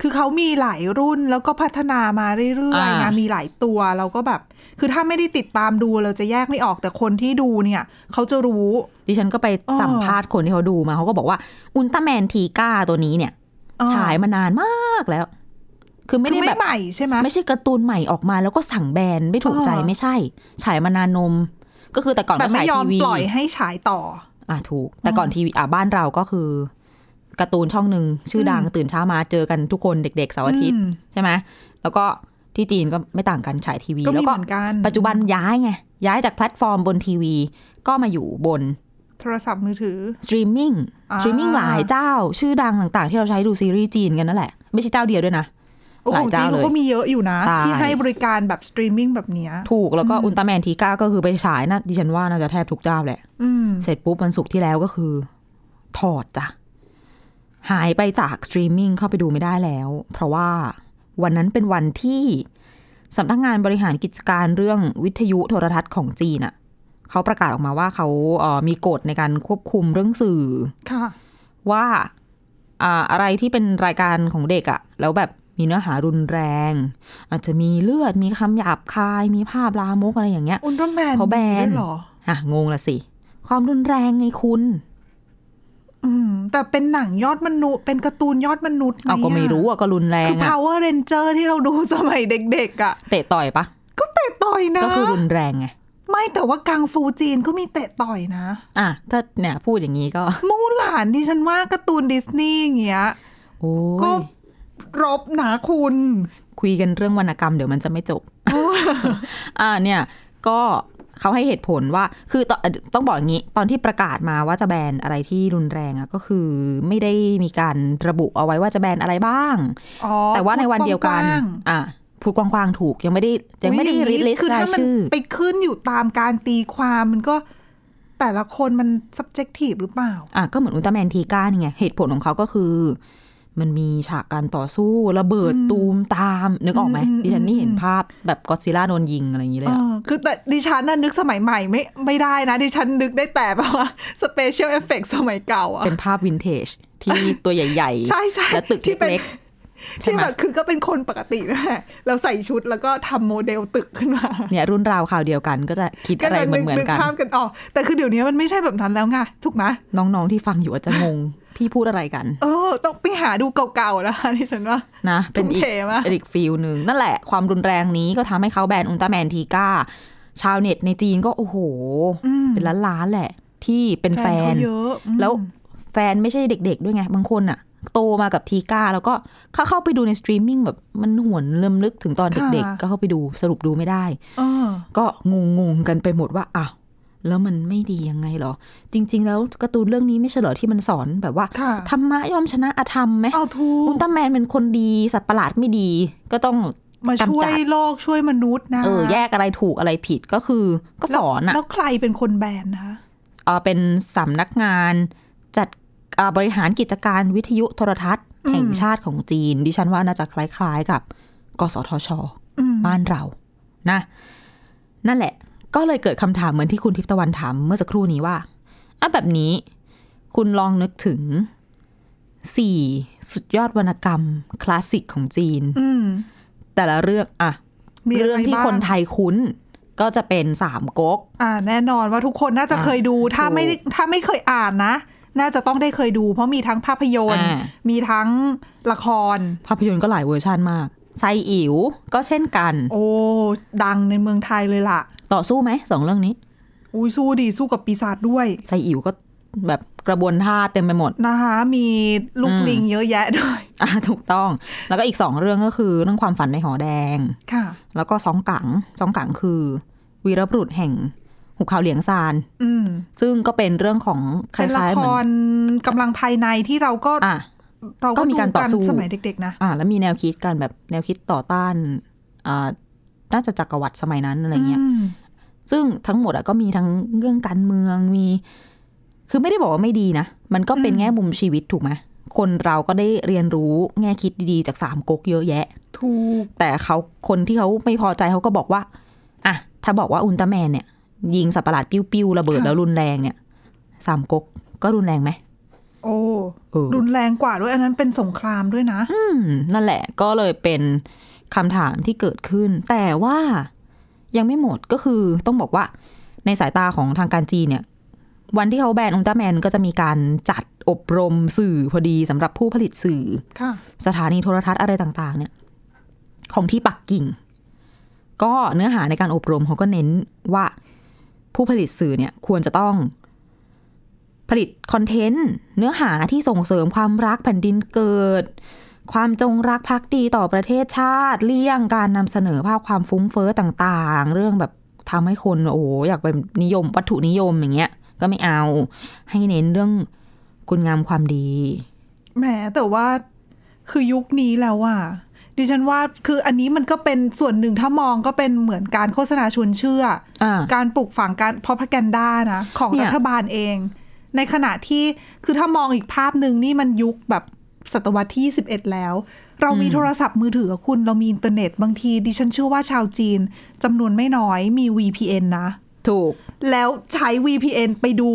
[SPEAKER 3] คือเขามีหลายรุ่นแล้วก็พัฒนามาเรื่อยๆนะ
[SPEAKER 2] อ่ามี
[SPEAKER 3] มีหลายตัวเราก็แบบ คือถ้าไม่ได้ติดตามดูเราจะแยกไม่ออกแต่คนที่ดูเนี่ย เขาจะรู้
[SPEAKER 2] ดิฉันก็ไป
[SPEAKER 3] อ๋อ
[SPEAKER 2] สัมภาษณ์คนที่เขาดูมาเขาก็บอกว่าอุลตร้าแมนทีก้าตัวนี้เนี่ย
[SPEAKER 3] อ่
[SPEAKER 2] ฉายมานานมากแล้ว คือไม่
[SPEAKER 3] คือ
[SPEAKER 2] ได้
[SPEAKER 3] ไม่
[SPEAKER 2] แบบ
[SPEAKER 3] ใหม่ใช่ไหม
[SPEAKER 2] ไม่ใช่การ์ตูนใหม่ออกมาแล้วก็สั่งแบนไม่ถูกใจ
[SPEAKER 3] อ่า
[SPEAKER 2] ไม่ใช่ ฉายมานานนม ก็คือแต่ก่อน
[SPEAKER 3] แต่
[SPEAKER 2] ก็
[SPEAKER 3] ไม่
[SPEAKER 2] ฉาย
[SPEAKER 3] ยอม
[SPEAKER 2] ทีวี
[SPEAKER 3] ปล่อยให้ฉายต่อ
[SPEAKER 2] อ่ะถูก แต่ก่อนทีวีอ่ะบ้านเราก็คือการ์ตูนช่องหนึ่งชื่อดัง
[SPEAKER 3] อืม
[SPEAKER 2] ตื่นเช้ามาเจอกันทุกคนเด็กๆเสาร์อาทิตย์
[SPEAKER 3] ม
[SPEAKER 2] ใช่ไหมแล้วก็ที่จีนก็ไม่ต่างกันฉายทีวี
[SPEAKER 3] ก็
[SPEAKER 2] แล้ว
[SPEAKER 3] มี
[SPEAKER 2] ก็
[SPEAKER 3] เหมือนกัน
[SPEAKER 2] ปัจจุบันย้ายไงย้ายจากแพลตฟอร์มบนทีวี ก็มาอยู่บน
[SPEAKER 3] โทรศัพท์มือถือ
[SPEAKER 2] สตรีมมิ่ง
[SPEAKER 3] อ่า
[SPEAKER 2] สตรีมมิ่งหลายเจ้า ชื่อดังต่างๆ ที่เราใช้ดูซีรีส์จีนกันนั่นแหละ ไม่ใช่เจ้าเดียวด้วยนะ
[SPEAKER 3] โอ้
[SPEAKER 2] ห
[SPEAKER 3] ข
[SPEAKER 2] ลาย
[SPEAKER 3] องจี
[SPEAKER 2] เจ้าน เลย
[SPEAKER 3] เขาก็มีเยอะอยู่นะ
[SPEAKER 2] ใช่
[SPEAKER 3] ที่ให้บริการแบบสตรีมมิ่งแบบเนี้ย
[SPEAKER 2] ถูกแล้วก็อุลตร้าแมนทีก้าก็คือไปฉายนะดิฉันว่าน่าจะแทบทุกเจ้าแหละ
[SPEAKER 3] อืม
[SPEAKER 2] เสร็จปุ๊บวันศุกร์ที่แล้วก็คือ ถอดจ้ะ หายไปจากสตรีมมิ่งเข้าไปดูไม่ได้แล้ว เพราะว่าวันนั้นเป็นวันที่สำนักงานบริหารกิจการเรื่องวิทยุโทรทัศน์ของจีนอ่ะเขาประกาศออกมาว่าเขาเอ่อมีกฎในการควบคุมเรื่องสื่อ
[SPEAKER 3] ค่ะ
[SPEAKER 2] ว่าอ่าอะไรที่เป็นรายการของเด็กอะแล้วแบบมีเนื้อหารุนแรง อาจจะมีเลือดมีคำหยาบคายมีภาพลามกอะไรอย่างเงี้ย
[SPEAKER 3] อุลตร้าแมน
[SPEAKER 2] เขาแบน
[SPEAKER 3] ด้วยเหรอ
[SPEAKER 2] อ่ะงงละสิ ความรุนแรงไงคุณ
[SPEAKER 3] อืม แต่เป็นหนังยอดมนุษย์ เป็นการ์ตูนยอดมนุษย์ห
[SPEAKER 2] เอาก็ไม่รู้อะก็รุนแรง
[SPEAKER 3] คือ
[SPEAKER 2] อะ
[SPEAKER 3] Power Ranger ที่เราดูสมัยเด็ก ๆ อ่ะ
[SPEAKER 2] เตะต่อยปะ
[SPEAKER 3] ก็เตะต่อยนะ
[SPEAKER 2] ก็คือรุนแรงไง
[SPEAKER 3] ไม่แต่ว่ากังฟูจีนก็มีเตะต่อยนะ
[SPEAKER 2] อ่ะถ้าเนี่ยพูดอย่างนี้ก็
[SPEAKER 3] มูหลานดิฉันว่าการ์ตูนดิสนีย์อย่างเงี้ย
[SPEAKER 2] โอ้
[SPEAKER 3] ก็
[SPEAKER 2] ย
[SPEAKER 3] รบนะคุณ
[SPEAKER 2] คุยกันเรื่องวรรณกรรมเดี๋ยวมันจะไม่จบ <laughs> อ่าเนี่ยก็เขาให้เหตุผลว่าคือตอนต้องบอกอย่างนี้ ตอนที่ประกาศมาว่าจะแบนอะไรที่รุนแรงอะก็คือไม่ได้มีการระบุเอาไว้ว่าจะแบนอะไรบ้าง
[SPEAKER 3] อ๋อ
[SPEAKER 2] แต่ว่าในวันเดียวกัน
[SPEAKER 3] พูกว้าง
[SPEAKER 2] อ่ะพูดกว้างๆถูกยังไม่ได้
[SPEAKER 3] ๆ
[SPEAKER 2] ยังไม่ได้
[SPEAKER 3] อุ๊อ
[SPEAKER 2] ริลิส
[SPEAKER 3] คือ
[SPEAKER 2] ราย
[SPEAKER 3] ถ้ามัน
[SPEAKER 2] ชื่อ
[SPEAKER 3] ไปขึ้นอยู่ตามการตีความมันก็ แต่ละคนมัน subjective หรือเปล่า
[SPEAKER 2] อ่ะก็เหมือนอุลตร้าแมนทีก้านี่ไง เหตุผลของเขาก็คือ มันมีฉากการต่อสู้ระเบิดตูมตาม นึกออกไหม
[SPEAKER 3] อืมอืม
[SPEAKER 2] ดิฉันนี่เห็นภาพแบบก็อดซิลล่าโดนยิงอะไรอย่างนี้เลย
[SPEAKER 3] เอ
[SPEAKER 2] อะ
[SPEAKER 3] อคือแต่ดิฉันน่ะนึกสมัยใหม่ไม่ไม่ได้นะ ดิฉันนึกได้แต่แบบว่าสเปเชียลเอฟเฟกสมัยเก่าอะ
[SPEAKER 2] เป็นภาพวินเทจที่ตัวใหญ่
[SPEAKER 3] ใช่ใช่
[SPEAKER 2] และตึก
[SPEAKER 3] ที่เป็น
[SPEAKER 2] เล็กๆใช่
[SPEAKER 3] ที่
[SPEAKER 2] ไหม
[SPEAKER 3] แบบคือก็เป็นคนปกตินะแล้วใส่ชุดแล้วก็ทำโมเดลตึกขึ้นมา
[SPEAKER 2] เนี่ยรุ่นราวคราวเดียวกันก็จะคิด
[SPEAKER 3] ก็
[SPEAKER 2] อะไร
[SPEAKER 3] จะ
[SPEAKER 2] เหมื
[SPEAKER 3] นึ
[SPEAKER 2] อกนเหมือ
[SPEAKER 3] นึ
[SPEAKER 2] น
[SPEAKER 3] ก
[SPEAKER 2] กัน
[SPEAKER 3] ภาพกันออกแต่คือเดี๋ยวนี้มันไม่ใช่แบบนั้นแล้วไงถูกไหม
[SPEAKER 2] น้องๆที่ฟังอยู่อาจจะงง พี่พูดอะไรกัน
[SPEAKER 3] เออต้องไปหาดูเก่าๆนะคะดิฉันว่า
[SPEAKER 2] นะเป็นอีก
[SPEAKER 3] ทุ่มเทมาก
[SPEAKER 2] เป็นอีกฟิลหนึ่งนั่นแหละความรุนแรงนี้ก็ทำให้เขาแบนอุลตร้าแมนทีก้าชาวเน็ตในจีนก็โอ้โห เป็นล้านล้านๆแหละ ที่เป็นแฟน
[SPEAKER 3] เขาเยอะอืม
[SPEAKER 2] แล้วแฟนไม่ใช่เด็ก ๆ ด้วยไง บางคนอะโตมากับทีก้า แล้วก็เข้าเข้าไปดูในสตรีมมิ่งแบบมันหวนเริ่มลึกถึงตอนเด็ก ๆ ก็เข้าไปดูสรุปดูไม่ได้
[SPEAKER 3] เออ
[SPEAKER 2] ก็งงงๆกันไปหมดว่าอ้าวแล้วมันไม่ดียังไงเหรอ จริง ๆ แล้วการ์ตูนเรื่องนี้ไม่ใช่เฉลอที่มันสอนแบบว่า
[SPEAKER 3] ค่ะ
[SPEAKER 2] ธรรมะย่อมชนะอธรรมไหม
[SPEAKER 3] เอาทู
[SPEAKER 2] อุลตร้าแมนเป็นคนดีสัตว์ประหลาดไม่ดีก็ต้อง
[SPEAKER 3] มาช่ว
[SPEAKER 2] กำจั
[SPEAKER 3] ย
[SPEAKER 2] ด
[SPEAKER 3] โลกช่วยมนุษย์นะ
[SPEAKER 2] เออแยกอะไรถูกอะไรผิดก็คือก็สอนอะ
[SPEAKER 3] แล้วใครเป็นคนแบนนะ
[SPEAKER 2] เอ่ะเป็นสำนักงานจัดเอ่อบริหารกิจการวิทยุโทรทัศน์ แห่งชาติของจีน ดิฉันว่าน่าจะคล้ายๆกับ กสทช
[SPEAKER 3] อืม
[SPEAKER 2] บ้านเรานะ นั่นแหละ ก็เลยเกิดคำถามเหมือนที่คุณทิพย์ตะวันถามเมื่อสักครู่นี้ว่าอ่ะแบบนี้ คุณลองนึกถึงสี่สุดยอดวรรณกรรมคลาสสิกของจีน
[SPEAKER 3] อืม
[SPEAKER 2] แต่ละเรื่องอะ
[SPEAKER 3] มีอะไร
[SPEAKER 2] เรื่องที่
[SPEAKER 3] บ้าง
[SPEAKER 2] คนไทยคุ้น ก็จะเป็นสามก๊ก
[SPEAKER 3] อ่าแน่นอนว่าทุกคนน่าจะ
[SPEAKER 2] อ่ะ
[SPEAKER 3] เคยดูถ้า
[SPEAKER 2] ถูก
[SPEAKER 3] ไม่ได้ถ้าไม่เคยอ่านนะ น่าจะต้องได้เคยดู เพราะมีทั้งภาพยนตร์
[SPEAKER 2] อ่า
[SPEAKER 3] มีทั้งละคร
[SPEAKER 2] ภาพยนตร์ก็หลายเวอร์ชันมาก ไซอิ๋วก็เช่นกัน
[SPEAKER 3] โอ้ ดังในเมืองไทยเลยล่ะ
[SPEAKER 2] ต่อสู้ไหมสองเรื่องนี้
[SPEAKER 3] อุ้ยสู้ดีสู้กับปีศาจด้วย
[SPEAKER 2] ไซอิ๋วก็แบบกระบวนท่าเต็มไปหมด <laughs>
[SPEAKER 3] นะคะมีลูก
[SPEAKER 2] อืม
[SPEAKER 3] ลิงเยอะแยะด้วย
[SPEAKER 2] อ่ะถูกต้อง แล้วก็อีกสองเรื่องก็คือเรื่องความฝันในหอแดง
[SPEAKER 3] ค่ะ
[SPEAKER 2] แล้วก็สองกังสองกังคือ วีรบุรุษแห่งหุบเขาเหลียงซาน
[SPEAKER 3] อืม
[SPEAKER 2] ซึ่งก็เป็นเรื่องของค
[SPEAKER 3] เป็นละ
[SPEAKER 2] ล้ายๆ
[SPEAKER 3] ค
[SPEAKER 2] เหมือ
[SPEAKER 3] ร
[SPEAKER 2] น
[SPEAKER 3] กำลังภายในที่เราก็
[SPEAKER 2] อ่ะ
[SPEAKER 3] เรา
[SPEAKER 2] ก็
[SPEAKER 3] ก็
[SPEAKER 2] มี
[SPEAKER 3] ดู
[SPEAKER 2] การต่อสู้
[SPEAKER 3] สมัยเด็ก ๆ นะ
[SPEAKER 2] อ่าแล้วมีแนวคิดการแบบแนวคิดต่อต้านอ่าน่าจะจักรวรรดิสมัยนั้นอะไรเงี้ย
[SPEAKER 3] อืม
[SPEAKER 2] ซึ่งทั้งหมดอะก็มีทั้งเรื่องการเมืองมี คือไม่ได้บอกว่าไม่ดีนะ มันก็เป็นแง่มุมชีวิตถูกไหมคนเราก็ได้เรียนรู้แง่คิดดีๆ จากสามก๊กเยอะแยะ
[SPEAKER 3] ถูก
[SPEAKER 2] แต่เขาคนที่เขาไม่พอใจเขาก็บอกว่าอ่ะถ้าบอกว่าอุลตร้าแมนเนี่ย ยิงสัตว์ประหลาดปิ้วๆระเบิด
[SPEAKER 3] ค่ะ
[SPEAKER 2] แล้วรุนแรงเนี่ยสามก๊กก็รุนแรงไหม
[SPEAKER 3] โอ้
[SPEAKER 2] เออ
[SPEAKER 3] รุนแรงกว่าด้วยอันนั้นเป็นสงครามด้วยนะ
[SPEAKER 2] อืมนั่นแหละก็เลยเป็นคำถามที่เกิดขึ้น แต่ว่ายังไม่หมดก็คือต้องบอกว่า ในสายตาของทางการจีนเนี่ย วันที่เขาแบนอุลตร้าแมนก็จะมีการจัดอบรมสื่อพอดีสำหรับผู้ผลิตสื่อ
[SPEAKER 3] ค่ะ
[SPEAKER 2] สถานีโทรทัศน์อะไรต่างๆ เนี่ย ของที่ปักกิ่ง ก็เนื้อหาในการอบรมเขาก็เน้นว่าผู้ผลิตสื่อเนี่ยควรจะต้อง ผลิตคอนเทนต์เนื้อหาที่ส่งเสริมความรักแผ่นดินเกิด ความจงรักภักดีต่อประเทศชาติ เลี่ยงการนำเสนอภาพความฟุ้งเฟ้อต่างๆ เรื่องแบบทำให้คนโอ้โหอยากเป็นนิยม วัตถุนิยมอย่างเงี้ย ก็ไม่เอา ให้เน้นเรื่องคุณงามความดี
[SPEAKER 3] แหมแต่ว่าคือยุคนี้แล้วอะดิฉันว่าคืออันนี้มันก็เป็นส่วนหนึ่งถ้ามองก็เป็นเหมือนการโฆษณาชวนเชื่อ
[SPEAKER 2] อ่า
[SPEAKER 3] การปลูกฝังการพอพแกนด้านะ ของ
[SPEAKER 2] เนี่ย
[SPEAKER 3] รัฐบาลเอง ในขณะที่คือถ้ามองอีกภาพหนึ่งนี่มันยุคแบบศตวรรษที่ 21 แล้ว เรามีโทรศัพท์มือถืออะคุณเรามีอินเทอร์เน็ตบางที ดิฉันเชื่อว่าชาวจีนจำนวนไม่น้อยมี VPN นะ
[SPEAKER 2] ถูก
[SPEAKER 3] แล้วใช้ VPN ไปดู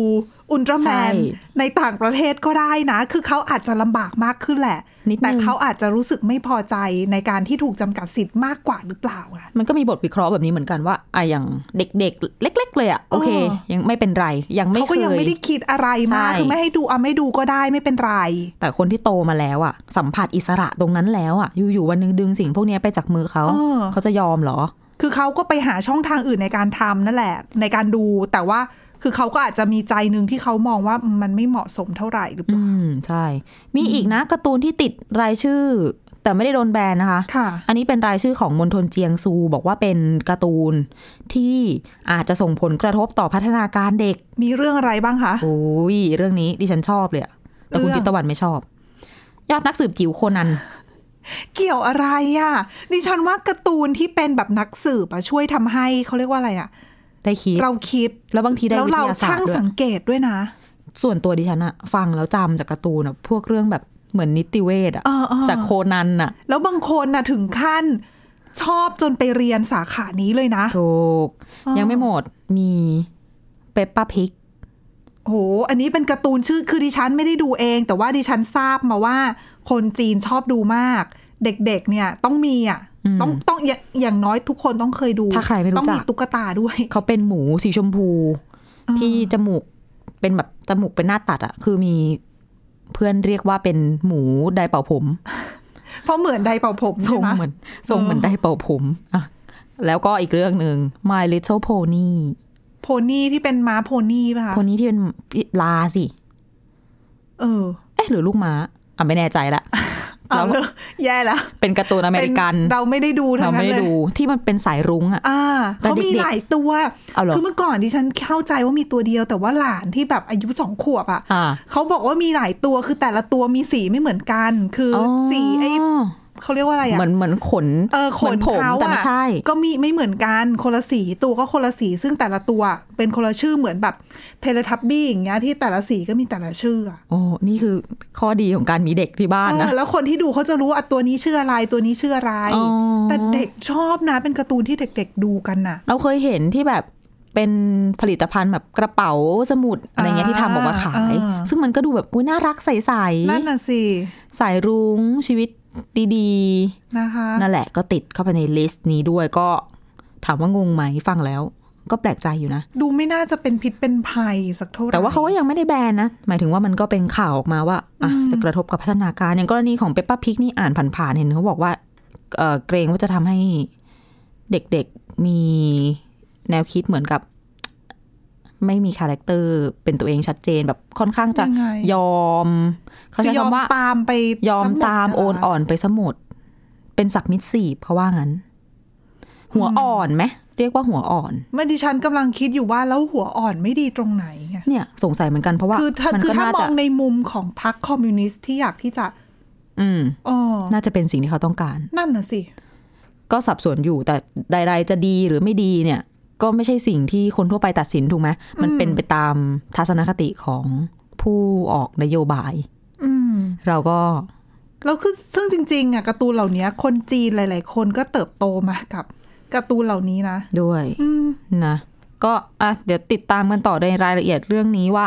[SPEAKER 3] อุลตร้าแมน
[SPEAKER 2] ใช่
[SPEAKER 3] ในต่างประเทศก็ได้นะ คือเขาอาจจะลำบากมากขึ้นแหละ
[SPEAKER 2] นิดนึง
[SPEAKER 3] แต่เขาอาจจะรู้สึกไม่พอใจในการที่ถูกจำกัดสิทธิ์มากกว่าหรือเปล่าอะ
[SPEAKER 2] มันก็มีบทวิเคราะห์แบบนี้เหมือนกันว่าอ่ะอย่างเด็กๆ เล็ก ๆ เลยอ่ะโอเค
[SPEAKER 3] เออ
[SPEAKER 2] ยังไม่เป็นไร ยังไม่
[SPEAKER 3] เขา
[SPEAKER 2] เค
[SPEAKER 3] ก็ยัง
[SPEAKER 2] ย
[SPEAKER 3] ไม่ได้คิดอะไรมาก
[SPEAKER 2] ใช่
[SPEAKER 3] คือไม่ให้ดูอ่ะไม่ดูก็ได้ไม่เป็นไร
[SPEAKER 2] แต่คนที่โตมาแล้วอ่ะ สัมผัสอิสระตรงนั้นแล้วอ่ะ อยู่ๆวันหนึงดึงสิ่งพวกนี้ไปจากมือเขา
[SPEAKER 3] เออ
[SPEAKER 2] เขาจะยอมเหรอ
[SPEAKER 3] คือเขาก็ไปหาช่องทางอื่นในการทำนั่นแหละ ในการดู แต่ว่าคือเขาก็อาจจะมีใจหนึ่งที่เขามองว่ามันไม่เหมาะสมเท่าไหร่หรือเปล่า
[SPEAKER 2] อืม ใช่ มีอีกนะการ์ตูนที่ติดรายชื่อ แต่ไม่ได้โดนแบนนะคะ
[SPEAKER 3] ค่ะ
[SPEAKER 2] อันนี้เป็นรายชื่อของมณฑลเจียงซู บอกว่าเป็นการ์ตูนที่อาจจะส่งผลกระทบต่อพัฒนาการเด็ก
[SPEAKER 3] มีเรื่องอะไรบ้างคะ
[SPEAKER 2] โอ้ยเรื่องนี้ดิฉันชอบเลยอะแต่คุณ
[SPEAKER 3] เรื่อง
[SPEAKER 2] ทิพย์ตะวันไม่ชอบ ยอดนักสืบจิ๋วโคนัน
[SPEAKER 3] เกี่ยวอะไรอะ่ะดิฉันว่าการ์ตูนที่เป็นแบบนักสืบอะช่วยทำให้เขาเรียกว่าอะไรอะ
[SPEAKER 2] ได้คิด
[SPEAKER 3] เราคิด
[SPEAKER 2] แล้วบางทีได้
[SPEAKER 3] แล้ว
[SPEAKER 2] วิท
[SPEAKER 3] เรา
[SPEAKER 2] ยาศาส
[SPEAKER 3] ช่า
[SPEAKER 2] ตร์
[SPEAKER 3] ง
[SPEAKER 2] ด้วย
[SPEAKER 3] สังเกตด้วยนะ
[SPEAKER 2] ส่วนตัวดิฉันอะฟังแล้วจำจากการ์ตูนอะพวกเรื่องแบบเหมือนนิติเวชอะ
[SPEAKER 3] เออเออ
[SPEAKER 2] จากโคนันอะ
[SPEAKER 3] แล้วบางคนน่ะถึงขั้น ชอบจนไปเรียนสาขานี้เลยนะ
[SPEAKER 2] ถูก ยังไม่หมดมีเปปป้าพิก
[SPEAKER 3] โอ้โห อันนี้เป็นการ์ตูนชื่อ คือดิฉันไม่ได้ดูเอง แต่ว่าดิฉันทราบมาว่า คนจีนชอบดูมาก เด็กๆ เนี่ยต้องมีอ่ะ ต้องต้องอย่าอย่างน้อยทุกคนต้องเคยดู
[SPEAKER 2] ถ้าใครไม่รู้
[SPEAKER 3] ต้อง
[SPEAKER 2] จัก
[SPEAKER 3] มีตุ๊กตาด้วย <laughs>
[SPEAKER 2] เขาเป็นหมูสีชมพู ที่จมูกเป็นแบบจมูกเป็นหน้าตัดอะคือมีเพื่อนเรียกว่าเป็นหมูไดร์เป่าผม
[SPEAKER 3] เพราะเหมือนไดเป่าผม
[SPEAKER 2] ทร
[SPEAKER 3] ใช่
[SPEAKER 2] ง
[SPEAKER 3] ไหม
[SPEAKER 2] เหมือนทรงเหมือนได้เป่าผมอะแล้วก็อีกเรื่องหนึ่ง My Little Pony
[SPEAKER 3] โพนี่ที่เป็นม้าโพนี่ป่ะคะ
[SPEAKER 2] คนนี้ที่เป็นลาสิ
[SPEAKER 3] เออ
[SPEAKER 2] เอ๊ะหรือลูกม้าอ่ะไม่แน่ใจละ
[SPEAKER 3] <laughs> เอา
[SPEAKER 2] แล้ว
[SPEAKER 3] เลยแย่ละ
[SPEAKER 2] เป็นการ์ตูนอเมริกัน
[SPEAKER 3] ป็เราไม่ได้ดูทั้
[SPEAKER 2] เรา
[SPEAKER 3] งนั้
[SPEAKER 2] ไม่
[SPEAKER 3] น
[SPEAKER 2] ได้
[SPEAKER 3] เลย
[SPEAKER 2] ดูที่มันเป็นสายรุ้งอ่ะ
[SPEAKER 3] อ่า
[SPEAKER 2] แต่
[SPEAKER 3] เขา
[SPEAKER 2] เด็กๆ
[SPEAKER 3] มีหลายตัว
[SPEAKER 2] เอาเหรอ
[SPEAKER 3] คือเมื่อก่อนดิฉันเข้าใจว่ามีตัวเดียว แต่ว่าหลานที่แบบอายุสองขวบอ่ะ
[SPEAKER 2] อ่า
[SPEAKER 3] เขาบอกว่ามีหลายตัวคือแต่ละตัวมีสีไม่เหมือนกัน คืออ
[SPEAKER 2] อ
[SPEAKER 3] สีไอ้เขาเรียกว่าอะไรอ่ะ
[SPEAKER 2] เหมือนเหมือนขน
[SPEAKER 3] เออขน
[SPEAKER 2] หมืผม
[SPEAKER 3] เขา
[SPEAKER 2] แต่ไม่
[SPEAKER 3] อ่ะ
[SPEAKER 2] ใช่
[SPEAKER 3] ก็มีไม่เหมือนกันคนละสีตัวก็คนละสี ซึ่งแต่ละตัวเป็นคนละชื่อเหมือนแบบเทเลทับบี้อย่างเงี้ยที่แต่ละสีก็มีแต่ละชื่ออะ
[SPEAKER 2] โอ้นี่คือข้อดีของการมีเด็กที่บ้านนะ
[SPEAKER 3] เออแล้วคนที่ดูเขาจะรู้ว่าอ่ะตัวนี้ชื่ออะไรตัวนี้ชื่ออะไร
[SPEAKER 2] อ๋อ
[SPEAKER 3] แต่เด็กชอบนะ เป็นการ์ตูนที่เด็ก ๆ ดูกันน่ะ
[SPEAKER 2] เราเคยเห็นที่แบบเป็นผลิตภัณฑ์แบบกระเป๋าสมุดอะไรเงี้ยที่ทำออกมาขาย
[SPEAKER 3] อ่า
[SPEAKER 2] ซึ่งมันก็ดูแบบอุ้ยน่ารักใส
[SPEAKER 3] นั่นน่ะสิ
[SPEAKER 2] ๆสายรุ้งชีวิตดี
[SPEAKER 3] นะคะ
[SPEAKER 2] ๆ นั่นแหละก็ติดเข้าไปในลิสต์นี้ด้วยก็ถามว่างงไหมฟังแล้ว ก็แปลกใจอยู่นะ
[SPEAKER 3] ดูไม่น่าจะเป็นพิษเป็นภัยสักเท่าไหร่
[SPEAKER 2] แต่ว่าเขาก็ยังไม่ได้แบนนะ หมายถึงว่ามันก็เป็นข่าวออกมาว่าอ่ะจะกระทบกับพัฒนาการ อย่างกรณีของเปปป้าพิกนี่อ่านผ่านๆเห็นเขาบอกว่าเอ่อเกรงว่าจะทำให้เด็กๆมีแนวคิดเหมือนกับ ไม่มีคาแรคเตอร์เป็นตัวเองชัดเจนแบบค่อนข้างจะ
[SPEAKER 3] ยังไง
[SPEAKER 2] ยอม เขา
[SPEAKER 3] คื
[SPEAKER 2] ใช้
[SPEAKER 3] อยอม
[SPEAKER 2] คำว่า
[SPEAKER 3] ตามไป
[SPEAKER 2] ยอม
[SPEAKER 3] สด
[SPEAKER 2] ตาม
[SPEAKER 3] เหร
[SPEAKER 2] โอนอ่อนไปสมุดเป็นสับมิดสีบเขาว่างั้น หัวอ่อนไหมเรียกว่าหัวอ่อน
[SPEAKER 3] เมื่อดิฉันกำลังคิดอยู่ว่าแล้วหัวอ่อนไม่ดีตรงไหนไง
[SPEAKER 2] เนี่ย สงสัยเหมือนกันเพราะว่า
[SPEAKER 3] คือถ้า
[SPEAKER 2] มัน
[SPEAKER 3] คือ
[SPEAKER 2] ก็
[SPEAKER 3] ถ้า
[SPEAKER 2] น่าม
[SPEAKER 3] อ
[SPEAKER 2] จะ
[SPEAKER 3] งในมุมของพรรคคอมมิวนิสต์ที่อยากที่จะ
[SPEAKER 2] อืม
[SPEAKER 3] อ๋อ
[SPEAKER 2] น่าจะเป็นสิ่งที่เขาต้องการ
[SPEAKER 3] นั่นน่ะสิ
[SPEAKER 2] ก็สับสนอยู่แต่ใดๆจะดีหรือไม่ดีเนี่ย ก็ไม่ใช่สิ่งที่คนทั่วไปตัดสินถูกไหมมันเป็นไปตามทัศนคติของผู้ออกนโยบาย
[SPEAKER 3] อืม
[SPEAKER 2] เราก็
[SPEAKER 3] แล้วคือซึ่งจริงๆอ่ะการ์ตูนเหล่านี้คนจีนหลาย ๆ คนก็เติบโตมากับการ์ตูนเหล่านี้นะ
[SPEAKER 2] ด้วย
[SPEAKER 3] อืม
[SPEAKER 2] นะ ก็อ่ะเดี๋ยวติดตามกันต่อในรายละเอียดเรื่องนี้ว่า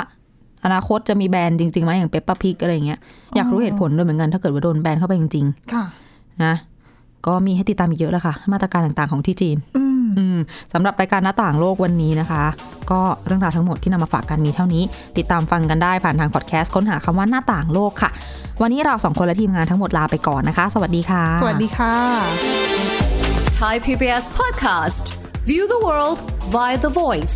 [SPEAKER 2] อนาคตจะมีแบรนด์จริงๆไหมอย่างเปปปาพิกอะไรอย่างเงี้ยอยากรู้เหตุผลด้วยเหมือนกันถ้าเกิดว่าโดนแบนเข้าไปจริง
[SPEAKER 3] ค่ะ
[SPEAKER 2] ๆนะก็มีให้ติดตามอีกเยอะแล้วค่ะ มาตรการต่างๆของที่จีน
[SPEAKER 3] อืม
[SPEAKER 2] อืมสำหรับรายการหน้าต่างโลกวันนี้นะคะ ก็เรื่องราวทั้งหมดที่นำมาฝากกันมีเท่านี้ ติดตามฟังกันได้ผ่านทางพอดแคสต์ค้นหาคำว่าหน้าต่างโลกค่ะ วันนี้เราสองคนและทีมงานทั้งหมดลาไปก่อนนะคะ สวัสดีค่ะ
[SPEAKER 3] สวัสดีค่ะ
[SPEAKER 6] Thai PBS podcast. View the world via the voice.